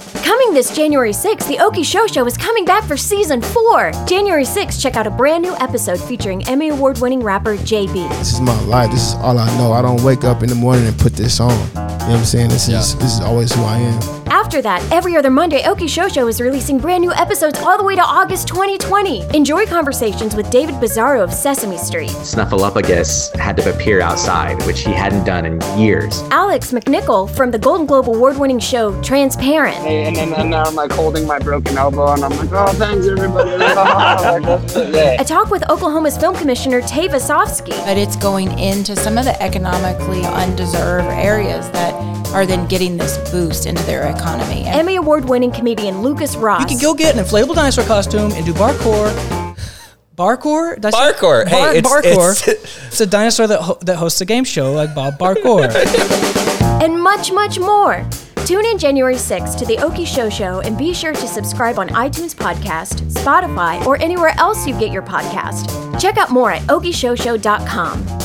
Starting this January 6th, the Oki Show Show is coming back for season 4. January 6th, check out a brand new episode featuring Emmy Award winning rapper JB. This is my life. This is all I know. I don't wake up in the morning and put this on. You know what I'm saying? This is Yeah. this is always who I am. After that, every other Monday, Oki Show Show is releasing brand new episodes all the way to August 2020. Enjoy conversations with David Bizarro of Sesame Street, Snuffleupagus had to appear outside, which he hadn't done in years. Alex McNichol from the Golden Globe award winning show Transparent. And, and, and now I'm like holding my broken elbow, and I'm like, oh, thanks everybody. like, that's it. Yeah. A talk with Oklahoma's film commissioner Tay Vasofsky, but it's going into some of the economically undeserved areas that are then getting this boost into their economy. And Emmy Award winning comedian Lucas Ross, You can go get an inflatable dinosaur costume and do barcore. Barcore? Did I say- Barcore. Hey, Bar- it's- barcore. it's- It's a dinosaur that, ho- that hosts a game show like Bob Barcore. and much, much more. Tune in January 6th to The Oki Show Show and be sure to subscribe on iTunes Podcast, Spotify, or anywhere else you get your podcast. Check out more at okieshowshow.com.